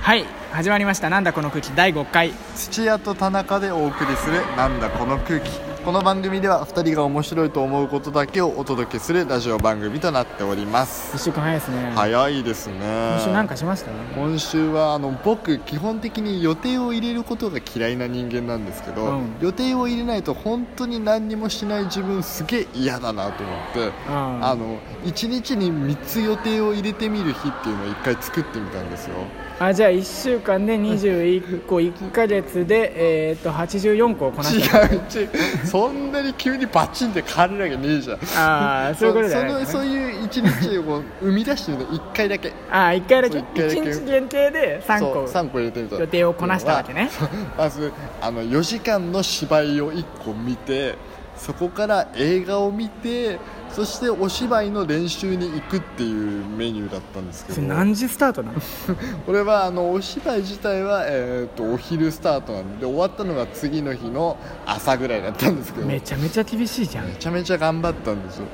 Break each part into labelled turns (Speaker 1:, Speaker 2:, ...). Speaker 1: はい始まりましたなんだこの空気第5回
Speaker 2: 土屋と田中でお送りするなんだこの空気この番組では2人が面白いと思うことだけをお届けするラジオ番組となっております
Speaker 1: 1週間早いですねい
Speaker 2: 早いですね
Speaker 1: 今週なんかしましたね
Speaker 2: 今週はあの僕基本的に予定を入れることが嫌いな人間なんですけど、
Speaker 1: うん
Speaker 2: 予定を入れないと本当に何にもしない自分すげえ嫌だなと思って、
Speaker 1: ん
Speaker 2: あの1日に3つ予定を入れてみる日っていうのを1回作ってみたんですよ
Speaker 1: あじゃあ1週間で21個1か月でえーっと84個をこな
Speaker 2: 違
Speaker 1: した
Speaker 2: う違うそんなに急にバチンって変わるわけねえじゃん
Speaker 1: ああそういうことじゃ
Speaker 2: そ
Speaker 1: ない
Speaker 2: の
Speaker 1: です
Speaker 2: そ
Speaker 1: ね
Speaker 2: ういう一日を生み出してるの1回だけ
Speaker 1: ああ1回だけ
Speaker 2: そう一回だけ
Speaker 1: 1日限定で3
Speaker 2: そう
Speaker 1: 個
Speaker 2: 3個入れてみた
Speaker 1: 予定をこなしたわけね
Speaker 2: そう まずあの4時間の芝居を1個見てそこから映画を見てそしてお芝居の練習に行くっていうメニューだったんですけ
Speaker 1: そ
Speaker 2: ど
Speaker 1: れ何時スタートなの
Speaker 2: これはあのお芝居自体は、えー、とお昼スタートなんで終わったのが次の日の朝ぐらいだったんですけど
Speaker 1: めちゃめちゃ厳しいじゃん
Speaker 2: めちゃめちゃ頑張ったんですよ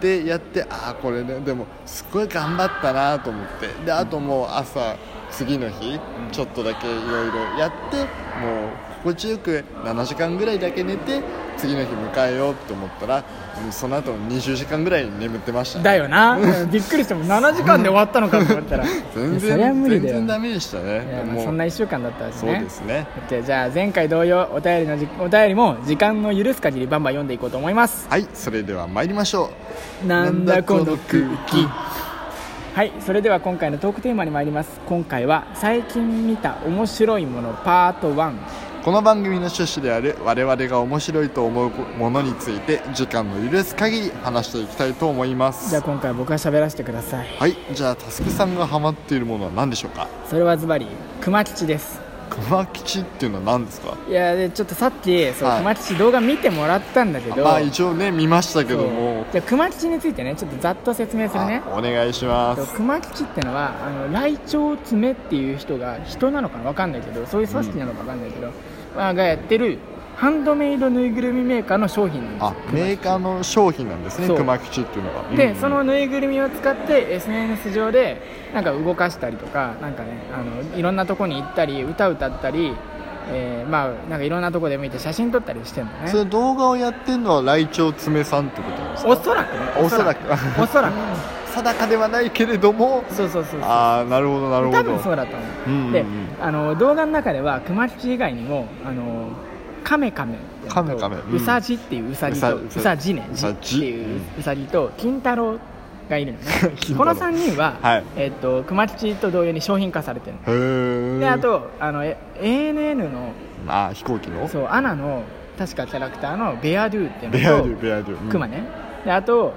Speaker 2: でやってああこれねでもすごい頑張ったなと思ってであともう朝次の日、ちょっとだけいろいろやってもう心地よく7時間ぐらいだけ寝て次の日迎えようと思ったらうんその後20時間ぐらい眠ってましたね
Speaker 1: だよなびっくりしても7時間で終わったのかと思ったら
Speaker 2: 全
Speaker 1: いやそれは
Speaker 2: 然
Speaker 1: 無理
Speaker 2: 全
Speaker 1: だよ
Speaker 2: 然ダメでしたね
Speaker 1: いやまあ
Speaker 2: もう
Speaker 1: そんな1週間だったんです
Speaker 2: そう
Speaker 1: ね
Speaker 2: ですね
Speaker 1: じゃあじゃあ前回同様お便りのじお便りも時間の許す限りバンバン読んでいこうと思います
Speaker 2: はいそれでは参りましょ
Speaker 1: なんだこの空気
Speaker 2: うん
Speaker 1: はいそれでは今回のトークテーマに参ります今回は最近見た面白いものパート1
Speaker 2: うこの番組の趣旨である我々が面白いと思うものについて時間の許す限り話していきたいと思います
Speaker 1: じゃあ今回僕が喋らせてください
Speaker 2: はいじゃあタスクさんがハマっているものは何でしょうか
Speaker 1: それはズバリ熊吉です
Speaker 2: 熊吉っていうのは何ですか
Speaker 1: いやでちょっとさっきそう、
Speaker 2: はい
Speaker 1: 熊吉動画見てもらったんだけど
Speaker 2: まあ一応ね見ましたけ
Speaker 1: そ
Speaker 2: ど
Speaker 1: う
Speaker 2: も
Speaker 1: じゃあ熊吉についてねちょっとざっと説明するね
Speaker 2: あお願いしま
Speaker 1: と
Speaker 2: す
Speaker 1: 熊吉ってのはあのライチョウ爪っていう人が人なのかなわかんないけどそういう組織なのかわかんないけど、まあ、がやってるハンドメイドぬいぐるみメーカーの商品なん
Speaker 2: あ
Speaker 1: です
Speaker 2: メーカーの商品なんですね
Speaker 1: そう
Speaker 2: 熊吉っていうのが
Speaker 1: でそのぬいぐるみを使って SNS 上でなんか動かしたりとかなんかねあのいろんなとこに行ったり歌歌ったり、えーまあなんかいろんなとこで見て写真撮ったりしてるの
Speaker 2: そ
Speaker 1: ね
Speaker 2: れ動画をやってるのはライチョウ爪さんってことなんですか
Speaker 1: おそらくね
Speaker 2: おそらく
Speaker 1: おそらく
Speaker 2: 定かではないけれども
Speaker 1: そうそうそうそう
Speaker 2: ああなるほどなるほど
Speaker 1: 多分そうだと思う,、
Speaker 2: うんうんうん
Speaker 1: であの動画の中では熊吉以外にもあのカメカメって
Speaker 2: カメカメ
Speaker 1: と
Speaker 2: うん
Speaker 1: ウサジっていうウサギと
Speaker 2: ウ
Speaker 1: ウ
Speaker 2: サ
Speaker 1: サジね
Speaker 2: ウ
Speaker 1: ジ
Speaker 2: サ
Speaker 1: っ
Speaker 2: ジ
Speaker 1: ていうウサギと金太郎がいるのね
Speaker 2: 金太郎
Speaker 1: この3人は、
Speaker 2: はい
Speaker 1: えっと熊吉と同様に商品化されてるの
Speaker 2: へー
Speaker 1: であとあのえ ANN の
Speaker 2: あー飛行機の
Speaker 1: そうアナの確かキャラクターのベアドゥっていうのと
Speaker 2: ベアドゥベアドゥ、うん
Speaker 1: クマねであと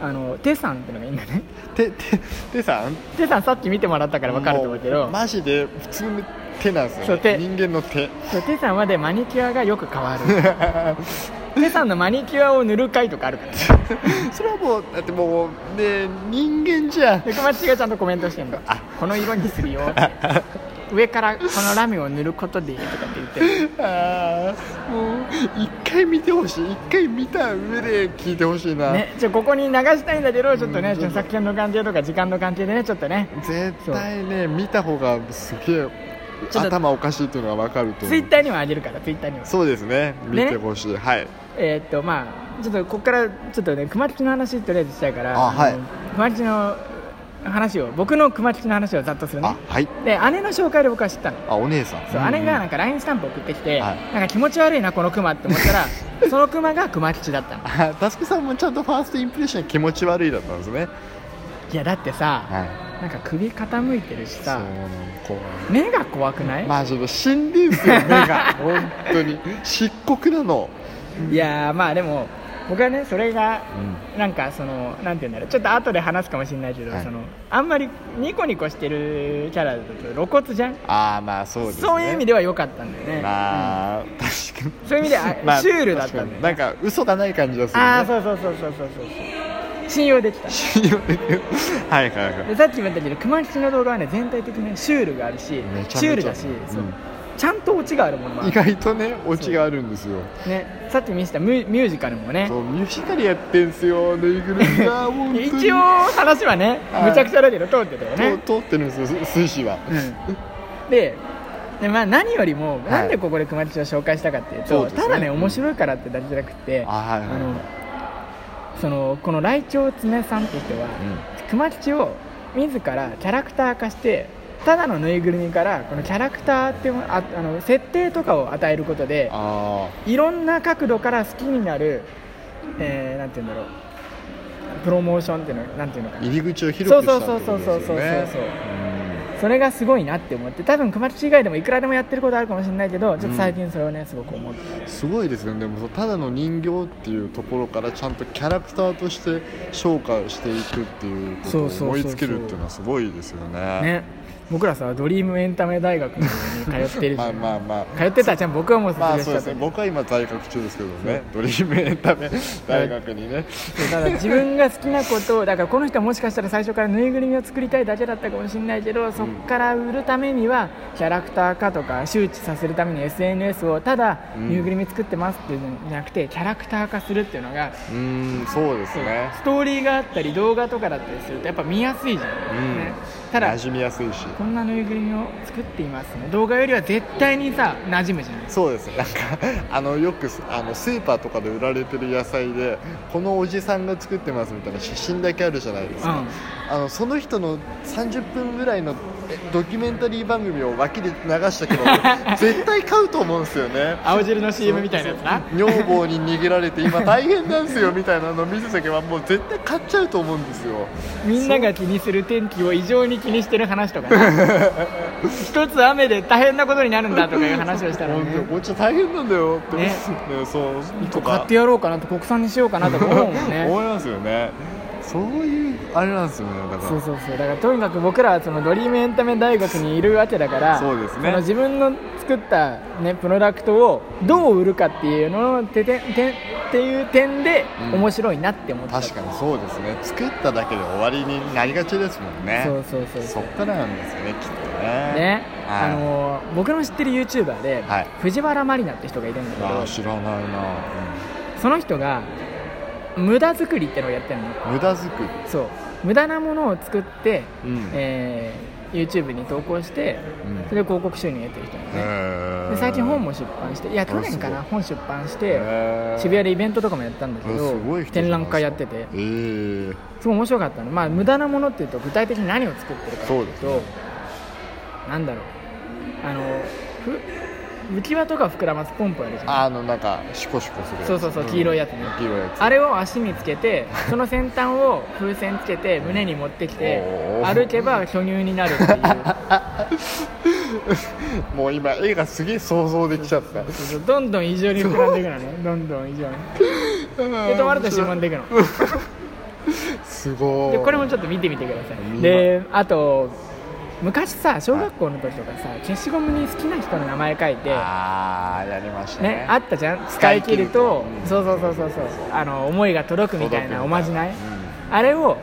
Speaker 1: あのテさんっていうのがいいんだね
Speaker 2: 手手手さん
Speaker 1: テさんさっき見てもらったから分かると思うけど
Speaker 2: もマジで普通の手なんです
Speaker 1: そ
Speaker 2: よ、
Speaker 1: う手
Speaker 2: ね、人間の手
Speaker 1: そうテさんはでマニキュアがよく変わるテさんのマニキュアを塗る回とかあるから
Speaker 2: それはもうだってもうね人間じゃん
Speaker 1: でクマチがちゃんとコメントしてんのこの色にするよって上からこのラメを塗ることでとかって言ってる
Speaker 2: あーもう一回見てほしい一回見た上で聞いてほしいな、
Speaker 1: ねちょここに流したいんだけどちょっと
Speaker 2: う
Speaker 1: ね
Speaker 2: ん
Speaker 1: ちょっと作品の関係とか時間の関係でねちょっとね
Speaker 2: 絶対ね見た方がすげえ
Speaker 1: ちょっと
Speaker 2: 頭おかしいっていうのが分かると
Speaker 1: ツ
Speaker 2: 思
Speaker 1: イ
Speaker 2: う
Speaker 1: ッターにもあげるからツイッターにも
Speaker 2: そうですね見
Speaker 1: ね
Speaker 2: てほしい、はい
Speaker 1: えーっとまあちょっとここからちょっとね熊吉の話とりあえずしたいから
Speaker 2: あはい
Speaker 1: の熊吉の話を僕の熊吉の話をざっとするね
Speaker 2: あはい
Speaker 1: で姉の紹介で僕は知ったの
Speaker 2: あお姉さん
Speaker 1: そう、
Speaker 2: ん
Speaker 1: 姉がなんか LINE スタンプ送ってきて、
Speaker 2: はい
Speaker 1: なんか気持ち悪いなこのクマって思った らそのクマが熊吉だったの
Speaker 2: あ タスクさんもちゃんとファーストインプレッション気持ち悪いだったんですね
Speaker 1: いやだってさ、
Speaker 2: はい
Speaker 1: なんか首傾いてるし
Speaker 2: そう
Speaker 1: さ
Speaker 2: なの怖い
Speaker 1: 目が怖くない、
Speaker 2: まあちょっと死んでんすよ目が本当に漆黒なの、
Speaker 1: いやーまあでも僕はねそれが
Speaker 2: うん、
Speaker 1: なんかそのなんて言うんだろうちょっと後で話すかもしれないけど、
Speaker 2: はい
Speaker 1: そのあんまりニコニコしてるキャラだと露骨じゃん
Speaker 2: ああまあそうです、ね、
Speaker 1: そういう意味
Speaker 2: で
Speaker 1: では良かったんだよね、
Speaker 2: まあ、
Speaker 1: う
Speaker 2: 確か
Speaker 1: ん
Speaker 2: に
Speaker 1: そういう意味では、
Speaker 2: まあ
Speaker 1: シュールだったんだよ、ね、
Speaker 2: 確かになんか嘘がない感じがする、ね、
Speaker 1: ああそうそうそうそうそうそうそう信用できた
Speaker 2: 信用できるはいはいはい
Speaker 1: でさっきも言ったけど熊吉の動画はね全体的にシュールがあるしシ
Speaker 2: めちゃめちゃ
Speaker 1: ュールだし、そう
Speaker 2: うん
Speaker 1: ちゃんとオチがあるものもある、
Speaker 2: 意外とねオチがあるんですよ
Speaker 1: ね、さっき見せたミュミュージカルもね
Speaker 2: そうミュージカルやってんすよぬいぐるみが本当に
Speaker 1: 一応話はね
Speaker 2: はい
Speaker 1: むちゃくちゃだけど通ってたよね
Speaker 2: と通ってるんですよす水死は、
Speaker 1: うんでで、まあ、何よりも、
Speaker 2: い
Speaker 1: なんでここで熊吉を紹介したかっていう
Speaker 2: そ
Speaker 1: と
Speaker 2: うですね
Speaker 1: ただね面白いからってだけじゃなくて、
Speaker 2: あはいはいはい
Speaker 1: のそのこの来鳥爪さんって人は、熊吉を自らキャラクター化してただのぬいぐるみからこのキャラクターっていうもああの設定とかを与えることで
Speaker 2: あ
Speaker 1: いろんな角度から好きになる、えーなんて言うんだろうプロモーションっていうのなんていうのか
Speaker 2: あ
Speaker 1: な
Speaker 2: 入り口を広くしたってことですよね
Speaker 1: そうそうそうそうそうそうそう
Speaker 2: うん
Speaker 1: それがすごいなって思って多分熊吉以外でもいくらでもやってることあるかもしれないけどちょっと最近それをねすごく思って
Speaker 2: すごいですよねでもそうただの人形っていうところからちゃんとキャラクターとして昇華していくっていうことを
Speaker 1: そうそうそう
Speaker 2: 思いつけるっていうのはすごいですよね
Speaker 1: ね僕らさドリームエンタメ大学に通ってるじ
Speaker 2: ま
Speaker 1: ゃ
Speaker 2: あ
Speaker 1: ん
Speaker 2: まあまあ
Speaker 1: 通ってたじゃん僕はもう卒
Speaker 2: ま
Speaker 1: 業
Speaker 2: あ
Speaker 1: し
Speaker 2: そう
Speaker 1: ちゃっ
Speaker 2: です
Speaker 1: た
Speaker 2: ね僕は今在学中ですけどねドリームエンタメ大学にね
Speaker 1: そうただ自分が好きなことをだからこの人はもしかしたら最初からぬいぐるみを作りたいだけだったかもしれないけどそこから売るためにはキャラクター化とか周知させるために SNS をただ
Speaker 2: うん
Speaker 1: ぬいぐるみ作ってますっていうんじゃなくてキャラクター化するっていうのが
Speaker 2: うーんそうですね
Speaker 1: ストーリーがあったり動画とかだったりするとやっぱ見やすいじゃ、
Speaker 2: うんん
Speaker 1: ねただ
Speaker 2: 馴染みやすいし
Speaker 1: こんなぬいぐるみを作っていますね動画よりは絶対にさ馴染むじゃない
Speaker 2: そうですなんかあのよくあのスーパーとかで売られてる野菜でこのおじさんが作ってますみたいな写真だけあるじゃないですか、
Speaker 1: うん
Speaker 2: あのその人の30分ぐらいのえドキュメンタリー番組を脇で流したけど絶対買うと思うんですよね
Speaker 1: 青汁の CM みたいなやつな
Speaker 2: 女房に逃げられて今大変なんですよみたいなの見せたけはもう絶対買っちゃうと思うんですよ
Speaker 1: みんなが気にする天気を異常に気にしてる話とかね 一つ雨で大変なことになるんだとかいう話をしたら
Speaker 2: 本当
Speaker 1: ね
Speaker 2: こっちは大変なんだよって、
Speaker 1: ね
Speaker 2: ねそう
Speaker 1: 一個買ってやろうかなと国産にしようかなとか思うもんね
Speaker 2: 思いますよねそういうあれなんですよねだから
Speaker 1: そうそうそうだからとにかく僕らはそのドリームエンタメ大学にいるわけだから
Speaker 2: そうですね
Speaker 1: の自分の作った、ね、プロダクトをどう売るかっていうののてててっていう点で
Speaker 2: うん
Speaker 1: 面白いなって思った、
Speaker 2: 確かにそうですね作っただけで終わりになりがちですもんね
Speaker 1: そうそうそう
Speaker 2: そっからなんですよねきっとね
Speaker 1: ね、
Speaker 2: はい
Speaker 1: あのー僕の知ってる YouTuber で、
Speaker 2: はい
Speaker 1: 藤原まりなって人がいるんだけど
Speaker 2: あー知らないな、
Speaker 1: その人が無駄作りってのをやってるの
Speaker 2: うん無駄作り、
Speaker 1: そう無駄なものを作って、
Speaker 2: うん
Speaker 1: えー YouTube に投稿して
Speaker 2: うん
Speaker 1: それで広告収入を得てる人なのね、
Speaker 2: へー
Speaker 1: で最近本も出版していや去年かな
Speaker 2: あ
Speaker 1: 本出版し
Speaker 2: へ
Speaker 1: て
Speaker 2: ー
Speaker 1: 渋谷でイベントとかもやったんだけ
Speaker 2: う
Speaker 1: ど
Speaker 2: んすごい人じゃないですか
Speaker 1: 展覧会やってて
Speaker 2: えー
Speaker 1: すごい面白かったの、まあ、無駄なものっていうと具体的に何を作ってるかって
Speaker 2: そ
Speaker 1: いうう
Speaker 2: です
Speaker 1: と
Speaker 2: ね
Speaker 1: なんだろうあのふ浮き輪とか膨らますポンポンやるじゃん
Speaker 2: あのなんかシコシコするやつ
Speaker 1: そうそうそう黄色いやつね
Speaker 2: ん黄色いやつ
Speaker 1: あれを足につけてその先端を風船つけて胸に持ってきて
Speaker 2: おー
Speaker 1: 歩けば巨乳になるっていう
Speaker 2: もう今絵がすげえ想像できちゃった
Speaker 1: そうそうどんどん異常に膨らんでいくのねどんどん異常にで止まるとしぼんでいくの
Speaker 2: すごい
Speaker 1: でこれもちょっと見てみてくださ
Speaker 2: 見ま
Speaker 1: いであと昔さ小学校の時とかさ消しゴムに好きな人の名前書いて
Speaker 2: ああやりましたね
Speaker 1: ね、あったじゃん使い切ると
Speaker 2: うん
Speaker 1: そうそうそうそうそうあの思いが届くみたいなおまじない、あれを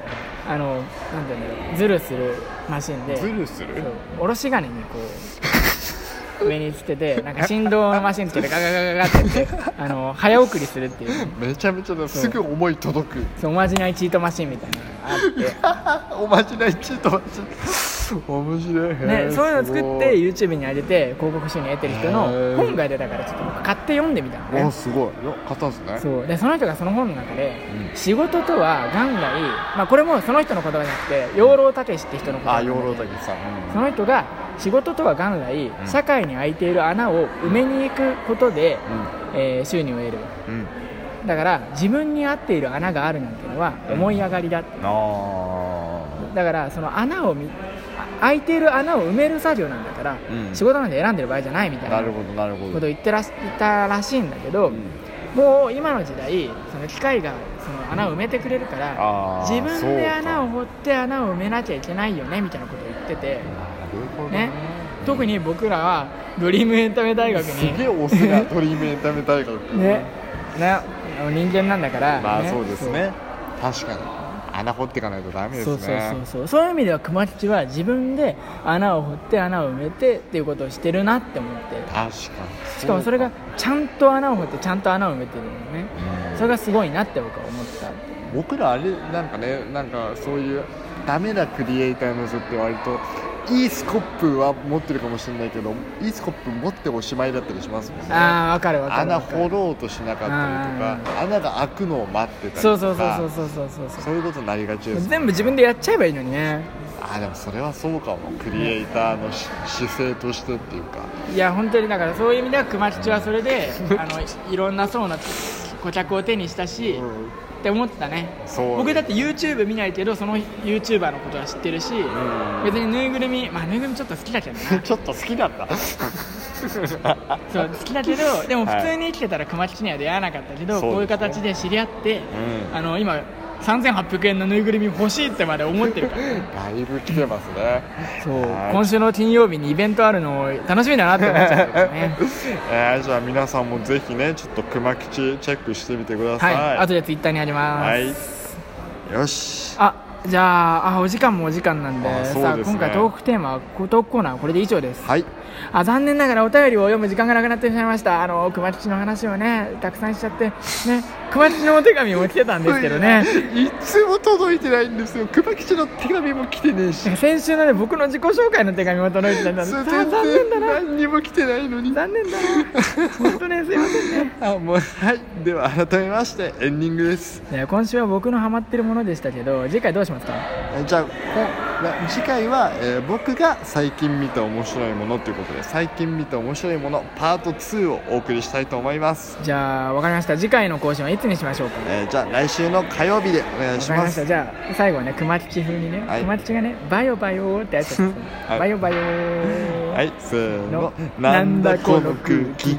Speaker 1: あのなんていうんだろうズルするマシンで
Speaker 2: ズルする
Speaker 1: そうおろし金にこう 上につけてなんか振動のマシンつけてガガガガガってやってあの早送りするっていうね
Speaker 2: めちゃめちゃだすぐ思い届く
Speaker 1: そうおまじないチートマシンみたいなのがあ
Speaker 2: おまじないちょっと待って面白い
Speaker 1: って、ね、そういうの作って
Speaker 2: う
Speaker 1: YouTube に上げて広告収入得てる人
Speaker 2: へー
Speaker 1: の本が出たからちょっと僕買って読んでみたのね
Speaker 2: おすごいよ買ったんですね
Speaker 1: そうでその人がその本の中で、
Speaker 2: う
Speaker 1: 仕事とは元来、まあ、これもその人の言葉じゃなくて養老たけしって人の言葉
Speaker 2: あ
Speaker 1: なんだ
Speaker 2: 養
Speaker 1: けど
Speaker 2: 老たけしさんうん
Speaker 1: その人が仕事とは元来
Speaker 2: ん
Speaker 1: 社会に空いている穴を埋めに行くことで、えー収入を得る
Speaker 2: うんうん
Speaker 1: だから自分に合っている穴があるなんてのは思い上がりだ、
Speaker 2: あ
Speaker 1: だからその穴をみ空いている穴を埋める作業なんだから、
Speaker 2: うん
Speaker 1: 仕事なんて選んでる場合じゃないみた
Speaker 2: あ
Speaker 1: い
Speaker 2: な
Speaker 1: な
Speaker 2: るほどなるほ
Speaker 1: こと
Speaker 2: ど
Speaker 1: を言ってらし言ったらしいんだけど、
Speaker 2: ん
Speaker 1: もう今の時代その機械がその穴を埋めてくれるから
Speaker 2: あ、
Speaker 1: 自
Speaker 2: ー
Speaker 1: 分で穴
Speaker 2: そ
Speaker 1: を
Speaker 2: うか
Speaker 1: 掘って穴を埋めなきゃいけないよねみたいなことを言ってて、
Speaker 2: なるほど
Speaker 1: ね、特に僕らはドリームエンタメ大学
Speaker 2: す
Speaker 1: に
Speaker 2: げえオスがトリームエンタメ大学
Speaker 1: ねねあの人間なんだから、
Speaker 2: まあそうですね確かに穴掘っていかないとダメです
Speaker 1: そう
Speaker 2: ね
Speaker 1: そうそうそうそういう意味では熊吉は自分で穴を掘って穴を埋めてっていうことをしてるなって思って
Speaker 2: 確かに
Speaker 1: しかもそれがちゃんと穴を掘ってちゃんと穴を埋めてるのね
Speaker 2: うん
Speaker 1: それがすごいなって僕は思った
Speaker 2: 僕らあれなんかねなんかそういうダメなクリエイターの人って割といいスコップは持ってるかもしれないけどいいスコップ持っておしまいだったりしますもんね
Speaker 1: ああわかるわかる
Speaker 2: 穴
Speaker 1: わかる
Speaker 2: 掘ろうとしなかったりとか穴が開くのを待ってたりとか
Speaker 1: そうそうそうそうそうそうそう
Speaker 2: そういうことになりがちです
Speaker 1: 全部自分でやっちゃえばいいのにね
Speaker 2: あーでもそれはそうかもクリエイターのし姿勢としてっていうか
Speaker 1: いや本当にだからそういう意味では熊吉はそれであのいろんな層の顧客を手にしたし、
Speaker 2: うん
Speaker 1: って思ってたね
Speaker 2: そう
Speaker 1: 僕だって YouTube 見ないけどその YouTuber のことは知ってるし、
Speaker 2: ん
Speaker 1: 別にぬいぐるみまあぬいぐるみちょっと好きだけどな
Speaker 2: ちょっと好き だった
Speaker 1: そう好きだけどでも
Speaker 2: はい
Speaker 1: 普通に生きてたら熊吉には出会わなかったけど、
Speaker 2: そうですね
Speaker 1: こういう形で知り合って、
Speaker 2: うん
Speaker 1: あの今3800円のぬいぐるみ欲しいってまで思ってるから
Speaker 2: だいぶ来てますね
Speaker 1: そう
Speaker 2: はい
Speaker 1: 今週の金曜日にイベントあるの楽しみだなって思っちゃったから ね
Speaker 2: えー、じゃあ皆さんもぜひねちょっと熊吉チェックしてみてくだ
Speaker 1: は
Speaker 2: さ
Speaker 1: い、
Speaker 2: い
Speaker 1: 後で Twitter にあります、
Speaker 2: はいよし
Speaker 1: あじゃああお時間もお時間なんで
Speaker 2: あそうですね
Speaker 1: さあ今回トークテーマトークコーナーはこれで以上です
Speaker 2: はい
Speaker 1: あ残念ながらお便りを読む時間がなくなってしまいましたあの熊吉の話をねたくさんしちゃってね熊吉のお手紙も来てたんですけどね
Speaker 2: いつも届いてないんですよ熊吉の手紙も来てねえし
Speaker 1: 先週のね僕の自己紹介の手紙も届いてたんだ
Speaker 2: 全
Speaker 1: 残念だ
Speaker 2: 然
Speaker 1: な
Speaker 2: 何にも来てないのに
Speaker 1: 残念だな本当ねすいませんね
Speaker 2: あもうはいでは改めましてエンディングです
Speaker 1: いや今週は僕のハマってるものでしたけど次回どうしますか
Speaker 2: えじゃあこな次回は、えー僕が最近見た面白いものということで最近見た面白いものパート2をお送りしたいと思います、
Speaker 1: じゃあわかりました次回の更新はいつにしましょうか
Speaker 2: えーじゃあ来週の火曜日でお願い
Speaker 1: わ
Speaker 2: し
Speaker 1: かり
Speaker 2: ま
Speaker 1: ますしたじゃあ最後はね熊吉風にね、
Speaker 2: はい
Speaker 1: 熊吉がねバヨバヨーってやつですね
Speaker 2: はい
Speaker 1: バヨバヨー
Speaker 2: はいせーの
Speaker 1: の
Speaker 2: なんだこの空気